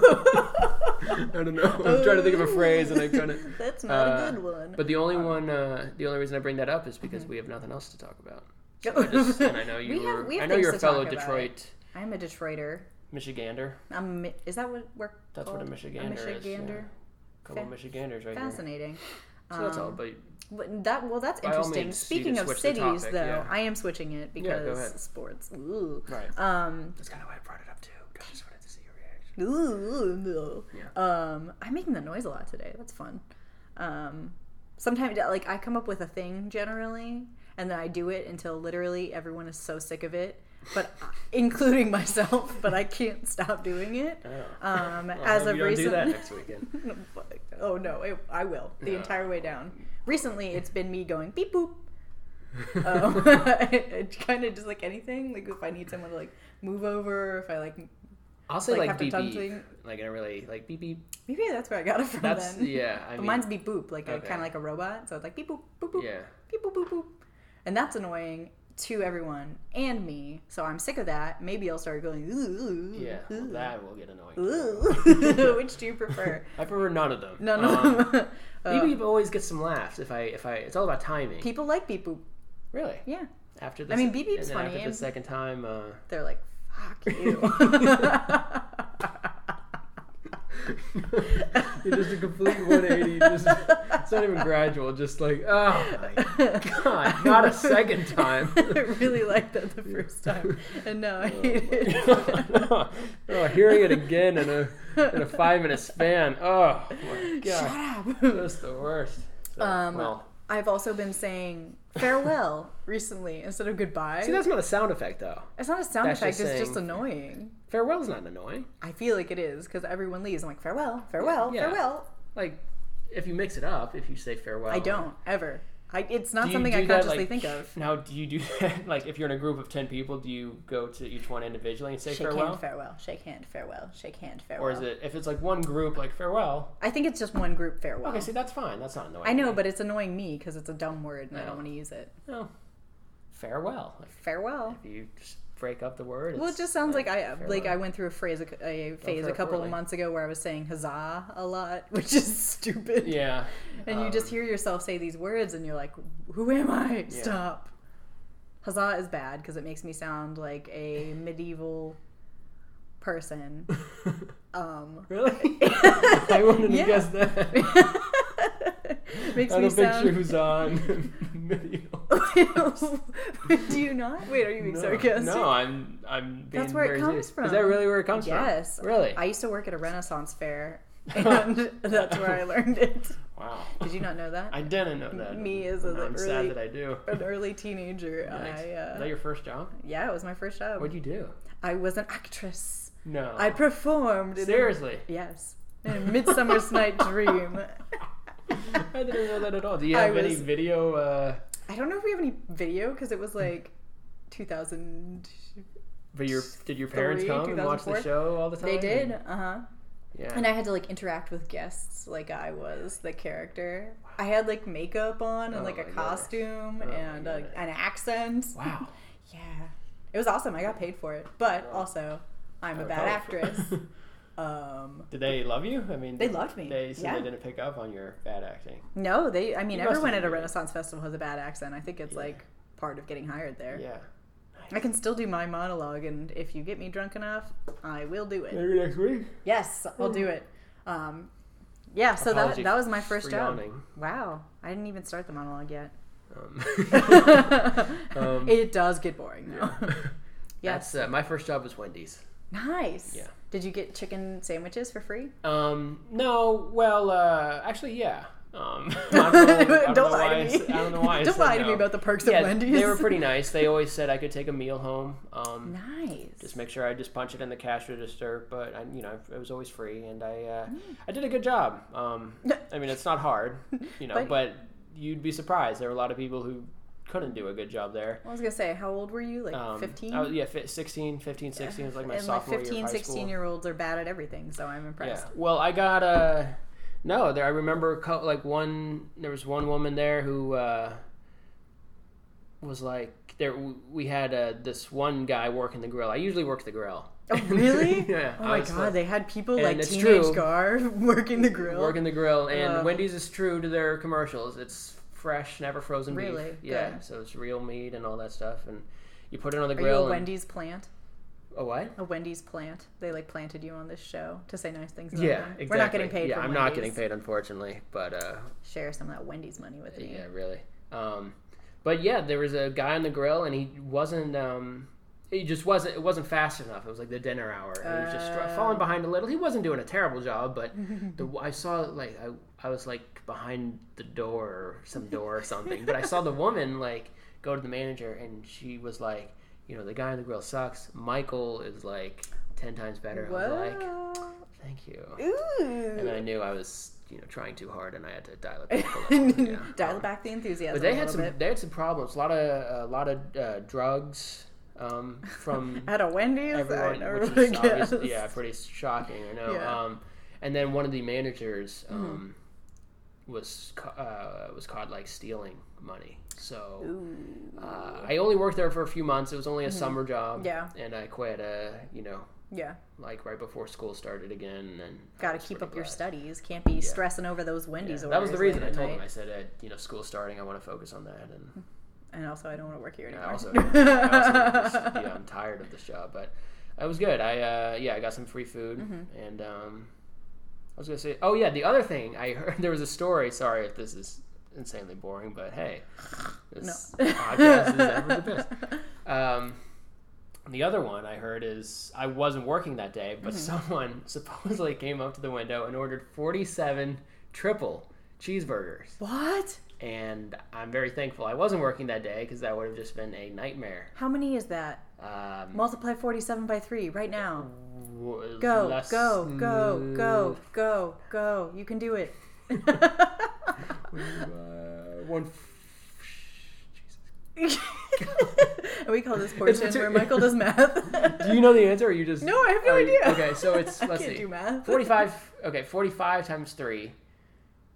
Speaker 3: I don't know. I'm trying to think of a phrase, and I'm trying to.
Speaker 4: That's not
Speaker 3: uh,
Speaker 4: a good one.
Speaker 3: But the only one, uh, the only reason I bring that up is because we have nothing else to talk about. So I just, and I know you
Speaker 4: Mm-hmm. We have-
Speaker 3: were.
Speaker 4: we have
Speaker 3: I know you're a
Speaker 4: things to talk
Speaker 3: fellow
Speaker 4: about.
Speaker 3: Detroit
Speaker 4: I'm a Detroiter.
Speaker 3: Michigander.
Speaker 4: I'm. mi- Is that what we're?
Speaker 3: That's
Speaker 4: called?
Speaker 3: what a Michigander, is. Yeah.
Speaker 4: Michigander?
Speaker 3: couple
Speaker 4: Fa-
Speaker 3: of Michiganders right
Speaker 4: Fascinating.
Speaker 3: here. So that's all.
Speaker 4: Um,
Speaker 3: But
Speaker 4: But that well, that's
Speaker 3: By all
Speaker 4: interesting.
Speaker 3: means, you
Speaker 4: Speaking
Speaker 3: can
Speaker 4: of
Speaker 3: switch the
Speaker 4: cities,
Speaker 3: topic,
Speaker 4: though,
Speaker 3: yeah.
Speaker 4: I am switching it
Speaker 3: go
Speaker 4: because
Speaker 3: ahead.
Speaker 4: sports. Ooh.
Speaker 3: right,
Speaker 4: Um.
Speaker 3: that's kind of why I brought it up too. I just wanted to see your reaction.
Speaker 4: Ooh,
Speaker 3: Yeah.
Speaker 4: Um, I'm making the noise a lot today. That's fun. Um, sometimes, like, I come up with a thing generally, and then I do it until literally everyone is so sick of it, but uh, including myself. But I can't stop doing it.
Speaker 3: Oh.
Speaker 4: Um,
Speaker 3: Well, I
Speaker 4: as
Speaker 3: hope
Speaker 4: of
Speaker 3: you don't do that
Speaker 4: recent,
Speaker 3: next weekend.
Speaker 4: oh no, it, I will the
Speaker 3: Yeah.
Speaker 4: entire way down. Recently, it's been me going beep boop. Um, it kind of just like anything, like if I need someone to like move over, if I like
Speaker 3: I'll say
Speaker 4: Like,
Speaker 3: like,
Speaker 4: have to
Speaker 3: beep
Speaker 4: done
Speaker 3: beep,
Speaker 4: thing-
Speaker 3: like in a really like beep beep.
Speaker 4: maybe that's where I got it from.
Speaker 3: That's
Speaker 4: then.
Speaker 3: yeah. I
Speaker 4: But
Speaker 3: mean,
Speaker 4: mine's beep boop, like a
Speaker 3: okay.
Speaker 4: kind of like a robot. So it's like beep boop, boop boop,
Speaker 3: yeah.
Speaker 4: beep boop boop boop, and that's annoying to everyone and me. So I'm sick of that. Maybe I'll start going. Ooh,
Speaker 3: Yeah, well, that will get annoying.
Speaker 4: ooh. Which do you prefer?
Speaker 3: I prefer none of them.
Speaker 4: None of
Speaker 3: Um,
Speaker 4: them.
Speaker 3: Beep Beep always gets some laughs if I if I. It's all about timing.
Speaker 4: People like beep boop.
Speaker 3: really?
Speaker 4: Yeah,
Speaker 3: After the
Speaker 4: I mean,
Speaker 3: se-
Speaker 4: Beep
Speaker 3: and
Speaker 4: Beep's
Speaker 3: then
Speaker 4: funny,
Speaker 3: After
Speaker 4: and-
Speaker 3: the second time, uh,
Speaker 4: they're like, fuck you.
Speaker 3: It's just a complete 180. Just, it's not even gradual. Just like, oh my god, not a second time.
Speaker 4: I really liked that the first time, and now I hate it.
Speaker 3: oh, hearing it again in a in a five minute span. Oh my god,
Speaker 4: Shut up.
Speaker 3: that's the worst. So,
Speaker 4: Um,
Speaker 3: well,
Speaker 4: I've also been saying farewell recently instead of goodbye.
Speaker 3: see, that's not a sound effect though.
Speaker 4: it's not a sound
Speaker 3: that's
Speaker 4: effect,
Speaker 3: just
Speaker 4: it's just
Speaker 3: saying-
Speaker 4: annoying.
Speaker 3: Farewell's not annoying.
Speaker 4: I feel like it is because everyone leaves. I'm like, farewell, farewell,
Speaker 3: Yeah.
Speaker 4: farewell.
Speaker 3: Like, if you mix it up, if you say farewell,
Speaker 4: I don't ever. I, it's not
Speaker 3: Do you
Speaker 4: something
Speaker 3: do
Speaker 4: I
Speaker 3: that,
Speaker 4: consciously
Speaker 3: like-
Speaker 4: think of.
Speaker 3: Now, do you do that? Like, if you're in a group of ten people, do you go to each one individually and say
Speaker 4: Shake
Speaker 3: farewell?
Speaker 4: hand, farewell. Shake hand, farewell. Shake hand, farewell.
Speaker 3: or is it if it's like one group, like farewell?
Speaker 4: I think it's just one group farewell.
Speaker 3: Okay, see, that's fine. That's not annoying.
Speaker 4: I know, but it's annoying me because it's a dumb word and I
Speaker 3: Yeah.
Speaker 4: don't want to use it.
Speaker 3: No. Oh, Farewell. Like,
Speaker 4: Farewell.
Speaker 3: if you just break up the word.
Speaker 4: Well, it
Speaker 3: it's
Speaker 4: just sounds like I uh, like
Speaker 3: farewell.
Speaker 4: I went through a phrase a, a phase a
Speaker 3: fair
Speaker 4: couple of
Speaker 3: poorly.
Speaker 4: months ago where I was saying huzzah a lot, which is stupid.
Speaker 3: Yeah. um,
Speaker 4: And you just hear yourself say these words and you're like, who am I? Stop. Huzzah is bad because it makes me sound like a medieval person. um,
Speaker 3: Really? I wouldn't
Speaker 4: Yeah.
Speaker 3: have guessed that.
Speaker 4: makes
Speaker 3: I
Speaker 4: me
Speaker 3: don't picture
Speaker 4: sound.
Speaker 3: who's on medieval.
Speaker 4: Do you not? Wait, are you being
Speaker 3: No,
Speaker 4: sarcastic?
Speaker 3: No, I'm. I'm. Being
Speaker 4: That's where it
Speaker 3: very
Speaker 4: comes
Speaker 3: serious.
Speaker 4: from.
Speaker 3: Is that really where it comes
Speaker 4: Yes.
Speaker 3: from? Really?
Speaker 4: I used to work at a Renaissance fair, and that's where I learned it.
Speaker 3: Wow.
Speaker 4: Did you not know that?
Speaker 3: I didn't know that.
Speaker 4: Me as a,
Speaker 3: And
Speaker 4: like,
Speaker 3: I'm
Speaker 4: really-
Speaker 3: sad that I do.
Speaker 4: An early teenager,
Speaker 3: Nice.
Speaker 4: I
Speaker 3: Is
Speaker 4: uh,
Speaker 3: that your first job?
Speaker 4: yeah, it was my first job.
Speaker 3: What'd you Oh. do?
Speaker 4: I was an actress.
Speaker 3: No.
Speaker 4: I performed. In
Speaker 3: Seriously,
Speaker 4: Yes. In a Midsummer's Night Dream.
Speaker 3: I didn't know that at all. Do you
Speaker 4: I
Speaker 3: have any
Speaker 4: was-
Speaker 3: video? Uh,
Speaker 4: I don't know if we have any video because it was like 2000.
Speaker 3: but your did your parents
Speaker 4: Three,
Speaker 3: come and watch the
Speaker 4: 2004?
Speaker 3: show all the time?
Speaker 4: They did, uh huh.
Speaker 3: Yeah.
Speaker 4: And I had to like interact with guests like I was the character. I had like makeup on and
Speaker 3: Oh
Speaker 4: like a
Speaker 3: my goodness.
Speaker 4: costume
Speaker 3: my
Speaker 4: and a,
Speaker 3: goodness.
Speaker 4: an accent.
Speaker 3: wow.
Speaker 4: Yeah. It was awesome. I got paid for it. But also, I'm a
Speaker 3: would
Speaker 4: bad
Speaker 3: hope.
Speaker 4: actress. Um,
Speaker 3: Did they love you? I mean,
Speaker 4: They loved me,
Speaker 3: They said
Speaker 4: yeah.
Speaker 3: they didn't pick up on your bad acting.
Speaker 4: no, they, I mean,
Speaker 3: You must
Speaker 4: everyone
Speaker 3: have
Speaker 4: at a
Speaker 3: been-
Speaker 4: Renaissance festival has a bad accent. I think it's
Speaker 3: Yeah.
Speaker 4: like part of getting hired there.
Speaker 3: Yeah.
Speaker 4: I can still do my monologue, and if you get me drunk enough, I will do it.
Speaker 3: Maybe next week.
Speaker 4: Yes, I'll do it. Um, yeah, so that,
Speaker 3: Apology
Speaker 4: that was my first
Speaker 3: for
Speaker 4: job.
Speaker 3: yawning.
Speaker 4: Wow, I didn't even start the monologue yet.
Speaker 3: Um, Um,
Speaker 4: it does get boring though. yes,
Speaker 3: That's uh, my first job was Wendy's.
Speaker 4: nice.
Speaker 3: Yeah.
Speaker 4: Did you get chicken sandwiches for free?
Speaker 3: Um, no, well, uh, actually, yeah. Um, I don't, know, I don't know
Speaker 4: Don't lie
Speaker 3: why
Speaker 4: to
Speaker 3: I s-
Speaker 4: me.
Speaker 3: I don't know why. I
Speaker 4: Don't
Speaker 3: said
Speaker 4: lie to me
Speaker 3: no.
Speaker 4: about the perks
Speaker 3: yeah,
Speaker 4: of Wendy's.
Speaker 3: They were pretty nice. They always said I could take a meal home. Um,
Speaker 4: nice.
Speaker 3: just make sure I just punch it in the cash register. But I, you know, it was always free, and I uh,
Speaker 4: Mm.
Speaker 3: I did a good job. Um, I mean, it's not hard, you know,
Speaker 4: But-
Speaker 3: but, you'd be surprised. There were a lot of people who couldn't do a good job there.
Speaker 4: I was gonna say, how old were you? Like
Speaker 3: Um,
Speaker 4: fifteen.
Speaker 3: I was- yeah, fi- 16, 15, 16 was like my
Speaker 4: and like
Speaker 3: sophomore
Speaker 4: 15,
Speaker 3: year of high
Speaker 4: 16
Speaker 3: school.
Speaker 4: year olds are bad at everything, so I'm impressed.
Speaker 3: Yeah. Well, I got Uh, no, there. I remember a cou- like one. There was one woman there who uh, was like there. w- We had uh, this one guy working the grill. I usually work the grill.
Speaker 4: Oh, really?
Speaker 3: Yeah,
Speaker 4: Oh
Speaker 3: I
Speaker 4: my
Speaker 3: was
Speaker 4: god,
Speaker 3: like-
Speaker 4: they had people
Speaker 3: And
Speaker 4: like
Speaker 3: it's
Speaker 4: teenage
Speaker 3: true.
Speaker 4: Gar working the grill.
Speaker 3: Working the grill, and
Speaker 4: Ugh.
Speaker 3: Wendy's is true to their commercials. It's fresh, never frozen beef.
Speaker 4: Really?
Speaker 3: Yeah.
Speaker 4: Good.
Speaker 3: So it's real meat and all that stuff, and you put it on the
Speaker 4: Are you
Speaker 3: grill.
Speaker 4: a
Speaker 3: and,
Speaker 4: Wendy's plant?
Speaker 3: A what?
Speaker 4: A Wendy's plant? They like planted you on this show to say nice things. about
Speaker 3: Yeah,
Speaker 4: them.
Speaker 3: exactly.
Speaker 4: We're not getting paid.
Speaker 3: Yeah,
Speaker 4: from
Speaker 3: I'm
Speaker 4: Wendy's.
Speaker 3: not getting paid, unfortunately. But uh,
Speaker 4: Share some of that Wendy's money with me.
Speaker 3: Yeah, really. Um, but yeah, there was a guy on the grill, and he wasn't. Um, he just wasn't. It wasn't fast enough. It was like the dinner hour. And he was just str-
Speaker 4: Oh.
Speaker 3: falling behind a little. He wasn't doing a terrible job, but the I saw like I I was like behind the door or some door or something. But I saw the woman like go to the manager, and she was like, you know, the guy on the grill sucks. Michael is like ten times better. I was like, thank you. And
Speaker 4: Ooh.
Speaker 3: then I knew I was you know trying too hard, and I had to dial it back. a little, yeah.
Speaker 4: Dial back the enthusiasm.
Speaker 3: But they
Speaker 4: a
Speaker 3: had
Speaker 4: little
Speaker 3: some.
Speaker 4: Bit.
Speaker 3: They had some problems. A lot of a lot of uh, drugs um, from
Speaker 4: At a Wendy's, I
Speaker 3: everyone,
Speaker 4: never
Speaker 3: which
Speaker 4: really
Speaker 3: is obviously
Speaker 4: guessed.
Speaker 3: yeah, pretty shocking. I know.
Speaker 4: Yeah. Hmm.
Speaker 3: Um, and then one of the managers um, was ca- uh, was caught like stealing money. So uh, I only worked there for a few months. It was only a summer job.
Speaker 4: Mm-hmm. Yeah.
Speaker 3: And I quit, uh, you know,
Speaker 4: Yeah.
Speaker 3: like right before school started again. And then I
Speaker 4: Got to
Speaker 3: was
Speaker 4: keep
Speaker 3: pretty
Speaker 4: up your
Speaker 3: glad.
Speaker 4: studies. Can't be stressing over those Wendy's
Speaker 3: Yeah,
Speaker 4: orders.
Speaker 3: that was the reason
Speaker 4: late
Speaker 3: I
Speaker 4: at
Speaker 3: told
Speaker 4: night.
Speaker 3: him. I said, uh, you know, school starting, I want to focus on that. And
Speaker 4: And also, I don't want to work here anymore.
Speaker 3: I also, I also just, yeah, I'm tired of this job, but I was good. I uh, yeah, I got some free food, and um, I was gonna say, oh yeah, the other thing I heard there was a story. Sorry if this is insanely boring, but hey, this podcast is ever the best. Um, the other one I heard is I wasn't working that day, but someone supposedly came up to the window and ordered 47 triple cheeseburgers
Speaker 4: what?
Speaker 3: and I'm very thankful I wasn't working that day because that would have just been a nightmare.
Speaker 4: How many is that?
Speaker 3: Um,
Speaker 4: Multiply 47 by 3 right now.
Speaker 3: w-
Speaker 4: Go,
Speaker 3: less-
Speaker 4: go, go, go, go, go. You can do it.
Speaker 3: Uh, one.
Speaker 4: and we call this portion
Speaker 3: two-
Speaker 4: where Michael does math.
Speaker 3: Do you know the answer, or you just?
Speaker 4: No, I have no
Speaker 3: Oh, you-
Speaker 4: idea.
Speaker 3: Okay, so it's
Speaker 4: I
Speaker 3: let's
Speaker 4: can't
Speaker 3: see,
Speaker 4: do math.
Speaker 3: forty-five. Okay, forty-five times three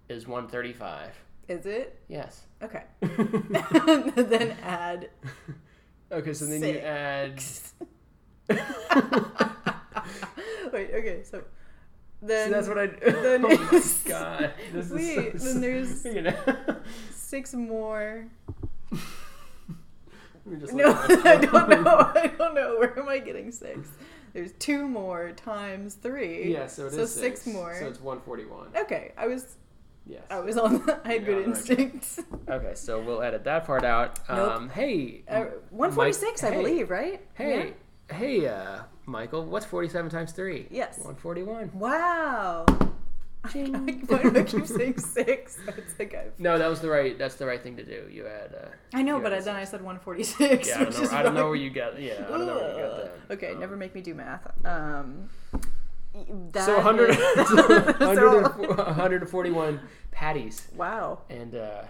Speaker 3: is one thirty-five.
Speaker 4: Is it?
Speaker 3: Yes.
Speaker 4: Okay.
Speaker 3: okay,
Speaker 4: then add.
Speaker 3: so then you
Speaker 4: Six.
Speaker 3: add.
Speaker 4: Wait, okay, so then
Speaker 3: So that's what I.
Speaker 4: then
Speaker 3: oh my
Speaker 4: it's-
Speaker 3: god, this
Speaker 4: Wait,
Speaker 3: is. So,
Speaker 4: then there's-
Speaker 3: You know.
Speaker 4: six more.
Speaker 3: Let me just
Speaker 4: No,
Speaker 3: look at my
Speaker 4: I don't
Speaker 3: phone.
Speaker 4: know. I don't know. Where am I getting six? There's two more times three.
Speaker 3: Yeah, so it is
Speaker 4: So six more. Oh,
Speaker 3: So it's 141.
Speaker 4: Okay, I was
Speaker 3: Yes.
Speaker 4: I was on. The, I had
Speaker 3: You
Speaker 4: good
Speaker 3: got it right.
Speaker 4: instincts.
Speaker 3: Okay, so we'll edit that part out.
Speaker 4: Nope.
Speaker 3: Um, hey,
Speaker 4: Uh, 146, I
Speaker 3: hey.
Speaker 4: believe, right?
Speaker 3: hey, hey, uh, Michael, what's 47 times 3?
Speaker 4: Yes.
Speaker 3: 141.
Speaker 4: Yeah. Wow. Why do I keep saying six? It's like I,
Speaker 3: No, that was the right, that's the right thing to do. You add, uh,
Speaker 4: I know,
Speaker 3: you
Speaker 4: but I,
Speaker 3: add
Speaker 4: then I said 146.
Speaker 3: yeah, I don't
Speaker 4: which
Speaker 3: know,
Speaker 4: is
Speaker 3: I don't know
Speaker 4: wrong.
Speaker 3: where you got, yeah, I don't know where you got
Speaker 4: Ugh.
Speaker 3: that.
Speaker 4: Okay,
Speaker 3: Um,
Speaker 4: never make me do math. Um, y- that
Speaker 3: So 100,
Speaker 4: is-
Speaker 3: so 100
Speaker 4: So-
Speaker 3: and four- 141 patties.
Speaker 4: wow.
Speaker 3: And uh,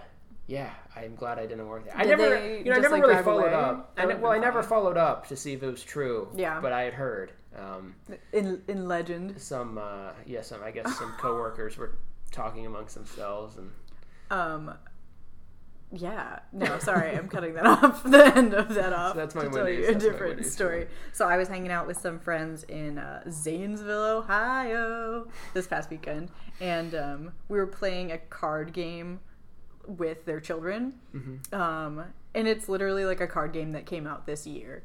Speaker 3: yeah, I'm glad I didn't work there. I
Speaker 4: Did
Speaker 3: never,
Speaker 4: they
Speaker 3: you know, I
Speaker 4: just,
Speaker 3: never
Speaker 4: like,
Speaker 3: really
Speaker 4: drive
Speaker 3: followed
Speaker 4: away?
Speaker 3: up.
Speaker 4: That
Speaker 3: I ne-
Speaker 4: would've
Speaker 3: well, I
Speaker 4: been
Speaker 3: never
Speaker 4: fine.
Speaker 3: followed up to see if it was true.
Speaker 4: Yeah.
Speaker 3: But I had heard um,
Speaker 4: In in legend,
Speaker 3: some, uh, yeah, some. I guess some coworkers were talking amongst themselves, and
Speaker 4: um, yeah. No, sorry, I'm cutting that off. The end of that off.
Speaker 3: that's my
Speaker 4: to tell
Speaker 3: Wendy's,
Speaker 4: you a
Speaker 3: that's my
Speaker 4: different
Speaker 3: Wendy's
Speaker 4: story. So I was hanging out with some friends in uh, Zanesville, Ohio, this past weekend, and um, we were playing a card game with their children.
Speaker 3: Mm-hmm.
Speaker 4: Um, and it's literally like a card game that came out this year.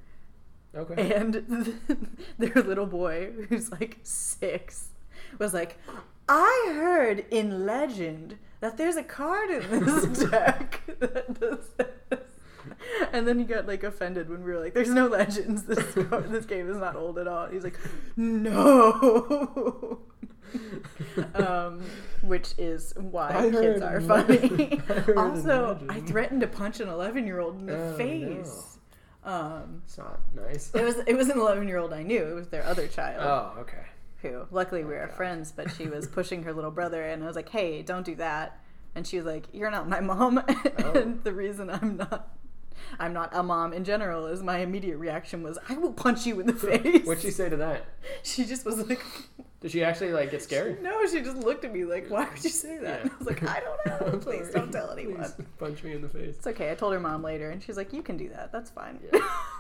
Speaker 3: okay,
Speaker 4: And their little boy, who's like six, was like, I heard in legend that there's a card in this deck that does this. And then he got like offended when we were like, there's no legends. This, card, this game is not old at all. And he's like, no. um, which is why
Speaker 3: I
Speaker 4: kids
Speaker 3: heard
Speaker 4: are
Speaker 3: in
Speaker 4: funny.
Speaker 3: legend. I heard in
Speaker 4: also, I
Speaker 3: legend.
Speaker 4: threatened to punch an 11 year old in the
Speaker 3: Oh, no.
Speaker 4: face. Um,
Speaker 3: it's not nice.
Speaker 4: it was it was an eleven year old I knew. It was their other child
Speaker 3: Oh, okay.
Speaker 4: who, luckily, we were friends. But she was pushing her little brother, and I was like, "Hey, don't do that." And she was like, "You're not my mom."
Speaker 3: Oh.
Speaker 4: and the reason I'm not I'm not a mom in general is my immediate reaction was, "I will punch you in the face."
Speaker 3: What'd she say to that?
Speaker 4: she just was like,
Speaker 3: Did she actually like get scared?
Speaker 4: "No." She just looked at me like, "Why would you say that?"
Speaker 3: Yeah.
Speaker 4: And I was like, "I don't know.
Speaker 3: I'm
Speaker 4: Please
Speaker 3: sorry.
Speaker 4: don't tell anyone."
Speaker 3: Please punch me in the face.
Speaker 4: It's okay. I told her mom later, and she's like, "You can do that. That's fine."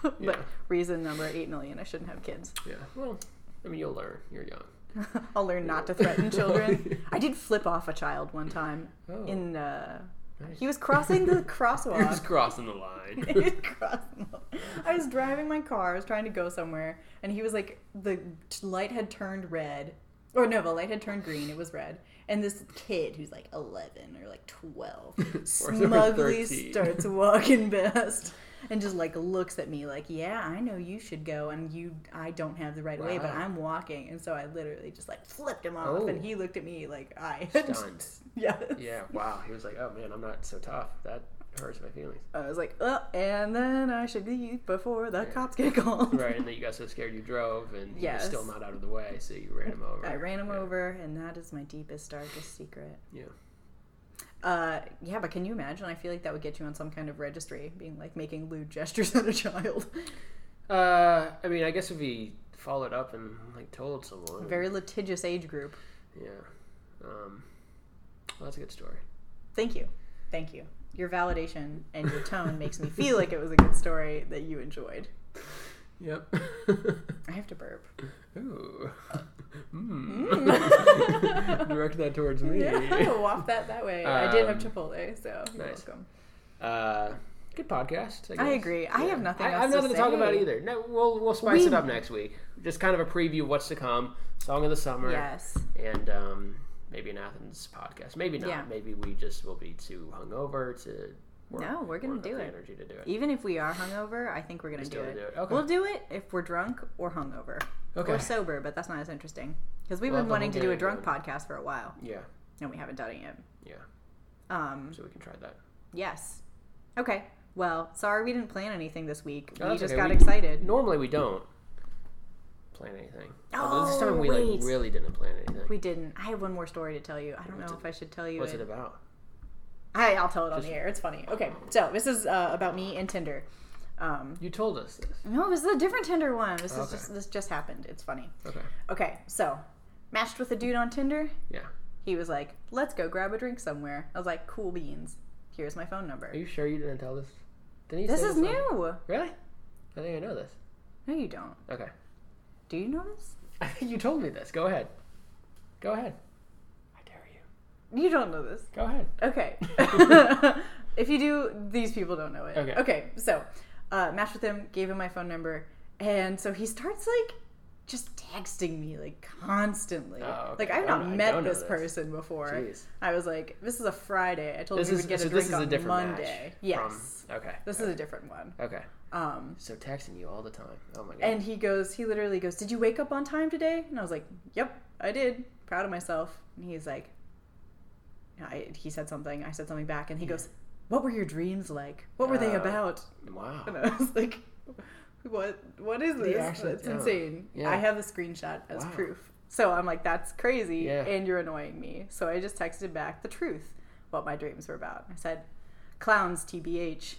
Speaker 4: but
Speaker 3: Yeah.
Speaker 4: reason number eight million: I shouldn't have kids.
Speaker 3: Yeah. Well, I mean, you'll learn. You're young.
Speaker 4: I'll learn not to threaten children. I did flip off a child one time. In uh,
Speaker 3: Nice.
Speaker 4: he was crossing the crosswalk.
Speaker 3: You're just crossing the line.
Speaker 4: He was crossing the- I was driving my car. I was trying to go somewhere, and he was like, the t- light had turned red, or no, the light had turned green. It was red, and this kid who's like eleven or like twelve smugly
Speaker 3: 13.
Speaker 4: starts walking past. And just like looks at me like, yeah, I know you should go, and you, I don't have the right way, but
Speaker 3: Wow.
Speaker 4: I'm walking, and so I literally just like flipped him off,
Speaker 3: Oh.
Speaker 4: and he looked at me like I,
Speaker 3: Stunned.
Speaker 4: yeah,
Speaker 3: Yeah. Wow. He was like, oh man, I'm not so tough. That hurts my feelings.
Speaker 4: I was like, oh, and then I should leave before the cops get called.
Speaker 3: Right, and then you got so scared you drove, and he was
Speaker 4: Yes.
Speaker 3: still not out of the way, so you ran him over.
Speaker 4: I ran him
Speaker 3: Yeah.
Speaker 4: over, and that is my deepest, darkest secret.
Speaker 3: Yeah.
Speaker 4: Uh, yeah, but can you imagine? I feel like that would get you on some kind of registry, being like making lewd gestures at a child.
Speaker 3: Uh, I mean, I guess if he followed up and like told someone,
Speaker 4: Very litigious age group.
Speaker 3: yeah. Um, well, that's a good story.
Speaker 4: Thank you, thank you. Your validation and your tone makes me feel like it was a good story that you enjoyed.
Speaker 3: Yep.
Speaker 4: I have to burp.
Speaker 3: Ooh. Mm. Direct that towards me.
Speaker 4: Yeah, waft that that way. I did have
Speaker 3: Um,
Speaker 4: Chipotle, so you're
Speaker 3: nice.
Speaker 4: welcome.
Speaker 3: Uh, good podcast. I, guess.
Speaker 4: I agree. I have nothing.
Speaker 3: I, I
Speaker 4: else
Speaker 3: have nothing to,
Speaker 4: to,
Speaker 3: talk
Speaker 4: say.
Speaker 3: about either. No, we'll we'll spice it
Speaker 4: We-
Speaker 3: up next week. Just kind of a preview of what's to come. Song of the summer.
Speaker 4: Yes.
Speaker 3: and um, maybe an Athens podcast. Maybe not.
Speaker 4: Yeah.
Speaker 3: Maybe we just will be too hungover to. Work,
Speaker 4: No, we're gonna
Speaker 3: work up
Speaker 4: do
Speaker 3: the
Speaker 4: it.
Speaker 3: Energy to do it.
Speaker 4: Even if we are hungover, I think we're gonna
Speaker 3: Just
Speaker 4: do
Speaker 3: gotta
Speaker 4: it.
Speaker 3: do it. Okay.
Speaker 4: We'll do it if we're drunk or hungover
Speaker 3: Okay.
Speaker 4: or sober, but that's not as interesting because we've
Speaker 3: We'll have
Speaker 4: been
Speaker 3: the
Speaker 4: wanting
Speaker 3: whole
Speaker 4: to do
Speaker 3: day
Speaker 4: a drunk
Speaker 3: going.
Speaker 4: podcast for a while
Speaker 3: yeah,
Speaker 4: and we haven't done it yet.
Speaker 3: yeah.
Speaker 4: Um,
Speaker 3: So we can try that.
Speaker 4: yes. Okay. Well, sorry we didn't plan anything this week.
Speaker 3: No,
Speaker 4: we
Speaker 3: that's
Speaker 4: just
Speaker 3: okay.
Speaker 4: got
Speaker 3: We-
Speaker 4: excited.
Speaker 3: Normally we don't plan anything. Although this
Speaker 4: Oh,
Speaker 3: time we
Speaker 4: wait.
Speaker 3: like really didn't plan anything.
Speaker 4: We didn't. I have one more story to tell you. I don't know
Speaker 3: What's
Speaker 4: if I should tell you.
Speaker 3: What's
Speaker 4: it.
Speaker 3: it about?
Speaker 4: I, I'll tell it on the air. It's funny. Okay. So this is uh, about me and Tinder. Um,
Speaker 3: You told us this.
Speaker 4: no, this is a different Tinder one. This is
Speaker 3: Okay.
Speaker 4: just this just happened. It's funny.
Speaker 3: Okay.
Speaker 4: Okay. So matched with a dude on Tinder.
Speaker 3: Yeah.
Speaker 4: He was like, "Let's go grab a drink somewhere." I was like, "Cool beans. Here's my phone number."
Speaker 3: Are you sure you didn't tell this? Didn't you
Speaker 4: This
Speaker 3: say
Speaker 4: is
Speaker 3: on-
Speaker 4: new.
Speaker 3: Really? I think I know this.
Speaker 4: No, you don't.
Speaker 3: Okay.
Speaker 4: Do you know this?
Speaker 3: I think you told me this. Go ahead. Go ahead. I dare you.
Speaker 4: You don't know this.
Speaker 3: Go ahead.
Speaker 4: Okay. if you do, these people don't know it.
Speaker 3: Okay.
Speaker 4: so uh, matched with him, gave him my phone number, and so he starts like just texting me like constantly.
Speaker 3: Oh, okay.
Speaker 4: Like I've
Speaker 3: I
Speaker 4: not
Speaker 3: don't- I
Speaker 4: met
Speaker 3: don't know
Speaker 4: this,
Speaker 3: this.
Speaker 4: person before.
Speaker 3: Jeez.
Speaker 4: I was like, this is a Friday. I told
Speaker 3: This
Speaker 4: you
Speaker 3: is
Speaker 4: we would get
Speaker 3: so
Speaker 4: a drink
Speaker 3: this is
Speaker 4: on
Speaker 3: a different
Speaker 4: Monday.
Speaker 3: match
Speaker 4: yes.
Speaker 3: From, okay.
Speaker 4: This is a different one.
Speaker 3: Okay.
Speaker 4: Um,
Speaker 3: So texting you all the time. Oh my god.
Speaker 4: and he goes, he literally goes, Did you wake up on time today? And I was like, Yep, I did. Proud of myself. And he's like, I, He said something. I said something back. And he goes, What were your dreams like? What were they
Speaker 3: Oh.
Speaker 4: about?
Speaker 3: wow.
Speaker 4: And I was like, What? What is this?
Speaker 3: actually-
Speaker 4: That's
Speaker 3: yeah.
Speaker 4: insane.
Speaker 3: Yeah.
Speaker 4: I have the screenshot as
Speaker 3: Wow.
Speaker 4: proof. So I'm like, That's crazy.
Speaker 3: Yeah.
Speaker 4: And you're annoying me. So I just texted back the truth, what my dreams were about. I said, Clowns, TBH.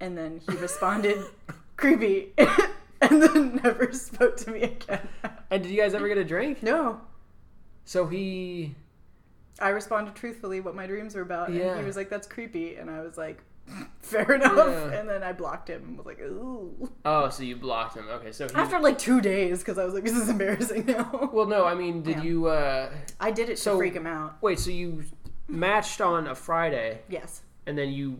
Speaker 4: And then he responded, creepy, and then never spoke to me again.
Speaker 3: And did you guys ever get a drink?
Speaker 4: No,
Speaker 3: So he.
Speaker 4: I responded truthfully what my dreams were about, and
Speaker 3: Yeah.
Speaker 4: he was like, "That's creepy," and I was like, "Fair enough."
Speaker 3: Yeah.
Speaker 4: And then I blocked him and was like, "Ooh."
Speaker 3: Oh, so you blocked him. Okay, so he.
Speaker 4: After like two days, because I was like, "This is embarrassing." Now
Speaker 3: well, no, I mean, did
Speaker 4: Yeah.
Speaker 3: you? uh
Speaker 4: I did it
Speaker 3: So-
Speaker 4: to freak him out.
Speaker 3: Wait, so you matched on a Friday,
Speaker 4: Yes,
Speaker 3: and then you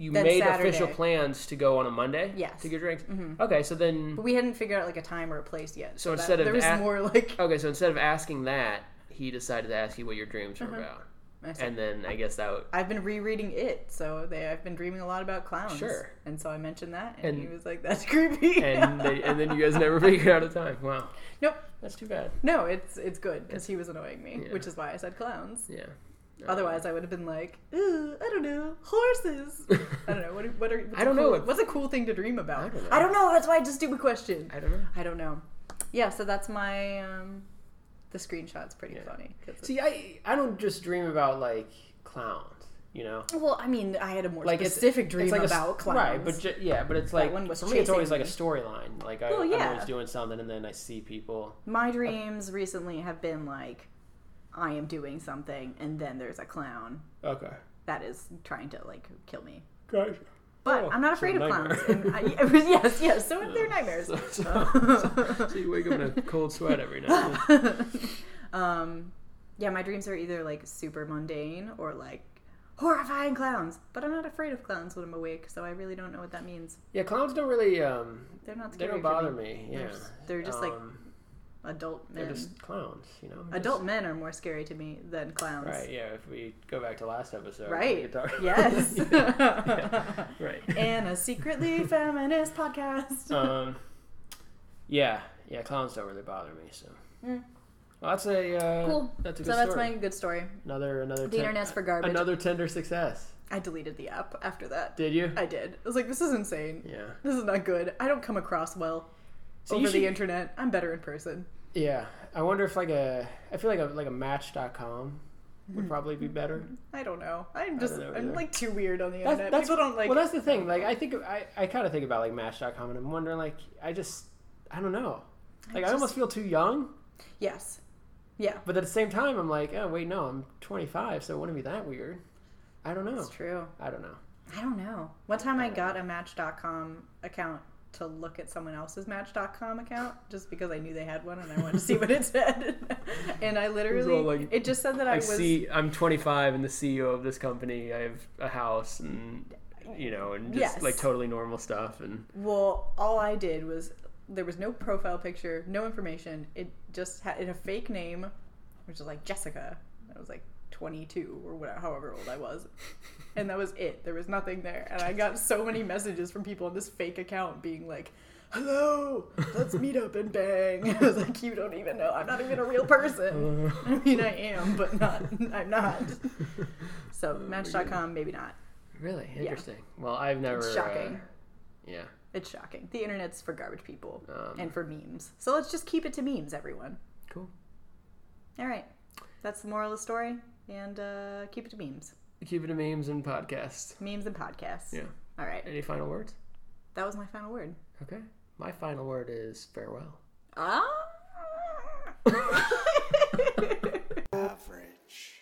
Speaker 3: you
Speaker 4: Then
Speaker 3: made
Speaker 4: Saturday.
Speaker 3: official plans to go on a Monday.
Speaker 4: Yes.
Speaker 3: To get drinks. Okay, so then.
Speaker 4: but we hadn't figured out like a time or a place yet.
Speaker 3: So
Speaker 4: that-
Speaker 3: instead of
Speaker 4: there was
Speaker 3: at-
Speaker 4: more like
Speaker 3: Okay, so instead of asking that, he decided to ask you what your dreams were about,
Speaker 4: I said,
Speaker 3: and then Mm-hmm. I guess that. Would,
Speaker 4: I've been rereading it, so they I've been dreaming a lot about clowns.
Speaker 3: Sure.
Speaker 4: And so I mentioned that, and,
Speaker 3: And-
Speaker 4: he was like, "That's creepy."
Speaker 3: and they, and then you guys never figured out a time. Wow.
Speaker 4: Nope.
Speaker 3: That's too bad.
Speaker 4: No, it's it's good because he was annoying me,
Speaker 3: Yeah.
Speaker 4: which is why I said clowns.
Speaker 3: Yeah.
Speaker 4: Otherwise, I would have been like, ooh, I don't know, horses. I don't know. What, are- what are? What's
Speaker 3: I don't
Speaker 4: a cool,
Speaker 3: know.
Speaker 4: What's a cool thing to dream about?
Speaker 3: I don't know.
Speaker 4: That's why it's a stupid question.
Speaker 3: I don't know.
Speaker 4: I don't know. Yeah. So that's my um, the screenshot's pretty funny. 'cause it's-
Speaker 3: See, I I don't just dream about like clowns, you know.
Speaker 4: well, I mean, I had a more
Speaker 3: Like it's-
Speaker 4: specific
Speaker 3: it's
Speaker 4: dream
Speaker 3: like a s-
Speaker 4: about clowns.
Speaker 3: right? But ju- yeah, but it's like
Speaker 4: one was
Speaker 3: for me, it's always
Speaker 4: chasing
Speaker 3: like a storyline. Like I,
Speaker 4: Well, yeah.
Speaker 3: I'm always doing something, and then I see people.
Speaker 4: my dreams recently have been like, I am doing something, and then there's a clown
Speaker 3: Okay,
Speaker 4: that is trying to like kill me.
Speaker 3: guys.
Speaker 4: But
Speaker 3: Oh,
Speaker 4: I'm not
Speaker 3: it's a
Speaker 4: afraid of
Speaker 3: nightmare.
Speaker 4: clowns. And I, yes, yes. So they're nightmares.
Speaker 3: So, so- so you wake up in a cold sweat every night.
Speaker 4: um, yeah, my dreams are either like super mundane or like horrifying clowns. But I'm not afraid of clowns when I'm awake, so I really don't know what that means.
Speaker 3: Yeah, clowns don't really. Um,
Speaker 4: They're not
Speaker 3: they
Speaker 4: scary.
Speaker 3: don't
Speaker 4: for
Speaker 3: bother
Speaker 4: me.
Speaker 3: me. Yeah,
Speaker 4: They're just- they're just, like,
Speaker 3: Um,
Speaker 4: Adult
Speaker 3: they're
Speaker 4: men.
Speaker 3: just clowns, you know.
Speaker 4: Adult men are more scary to me than clowns.
Speaker 3: Right. Yeah. If we go back to last episode, we
Speaker 4: Right.
Speaker 3: could talk-
Speaker 4: Yes.
Speaker 3: right.
Speaker 4: In a secretly feminist podcast.
Speaker 3: um, yeah, yeah, clowns don't really bother me. So,
Speaker 4: Mm.
Speaker 3: well, that's a uh,
Speaker 4: Cool.
Speaker 3: That's a good
Speaker 4: so that's
Speaker 3: story.
Speaker 4: my good story.
Speaker 3: another another
Speaker 4: The internet's for garbage.
Speaker 3: Another Tinder success.
Speaker 4: I deleted the app after that.
Speaker 3: Did you?
Speaker 4: I did. I was like, this is insane.
Speaker 3: yeah.
Speaker 4: This is not good. I don't come across well
Speaker 3: So
Speaker 4: over
Speaker 3: you should,
Speaker 4: the internet. I'm better in person.
Speaker 3: yeah. I wonder if like a I feel like a like a Match.com would
Speaker 4: Hmm.
Speaker 3: probably be better.
Speaker 4: I don't know. I'm just
Speaker 3: know
Speaker 4: I'm
Speaker 3: either.
Speaker 4: like too weird on the internet. People don't like
Speaker 3: well, that's the thing. Like I think I I kind of think about like Match.com, and I'm wondering like I just I don't know. Like I,
Speaker 4: just-
Speaker 3: almost feel too young,
Speaker 4: Yes. Yeah.
Speaker 3: but at the same time I'm like, oh wait, no, I'm 25, so it wouldn't be that weird. I don't know.
Speaker 4: It's true.
Speaker 3: I don't know.
Speaker 4: I don't know. One time I got a Match.com account to look at someone else's Match.com account just because I knew they had one and I wanted to see what it said. and I literally, it,
Speaker 3: all like,
Speaker 4: just said that I,
Speaker 3: I,
Speaker 4: was.
Speaker 3: see. I'm 25 and the CEO of this company. I have a house and you know and just
Speaker 4: Yes.
Speaker 3: like totally normal stuff and
Speaker 4: Well, all I did was there was no profile picture, no information. It just had it had a fake name, which is like Jessica. I was like 22 or whatever, however old I was, and that was it. There was nothing there, and I got so many messages from people on this fake account being like. Hello, let's meet up and bang. I was like, you don't even know. I'm not even a real person. I mean, I am, but not. I'm not. So, Match.com, maybe not.
Speaker 3: really interesting. Well, I've never.
Speaker 4: It's
Speaker 3: uh,
Speaker 4: shocking.
Speaker 3: yeah.
Speaker 4: It's shocking. The internet's for garbage people
Speaker 3: Um,
Speaker 4: and for memes. So let's just keep it to memes, everyone.
Speaker 3: Cool.
Speaker 4: All right. That's the moral of the story. And uh, keep it to memes.
Speaker 3: Keep it to memes and podcasts.
Speaker 4: Memes and podcasts.
Speaker 3: Yeah.
Speaker 4: All right.
Speaker 3: Any final words?
Speaker 4: That was my final word.
Speaker 3: Okay. My final word is farewell.
Speaker 4: Ah!
Speaker 1: Average.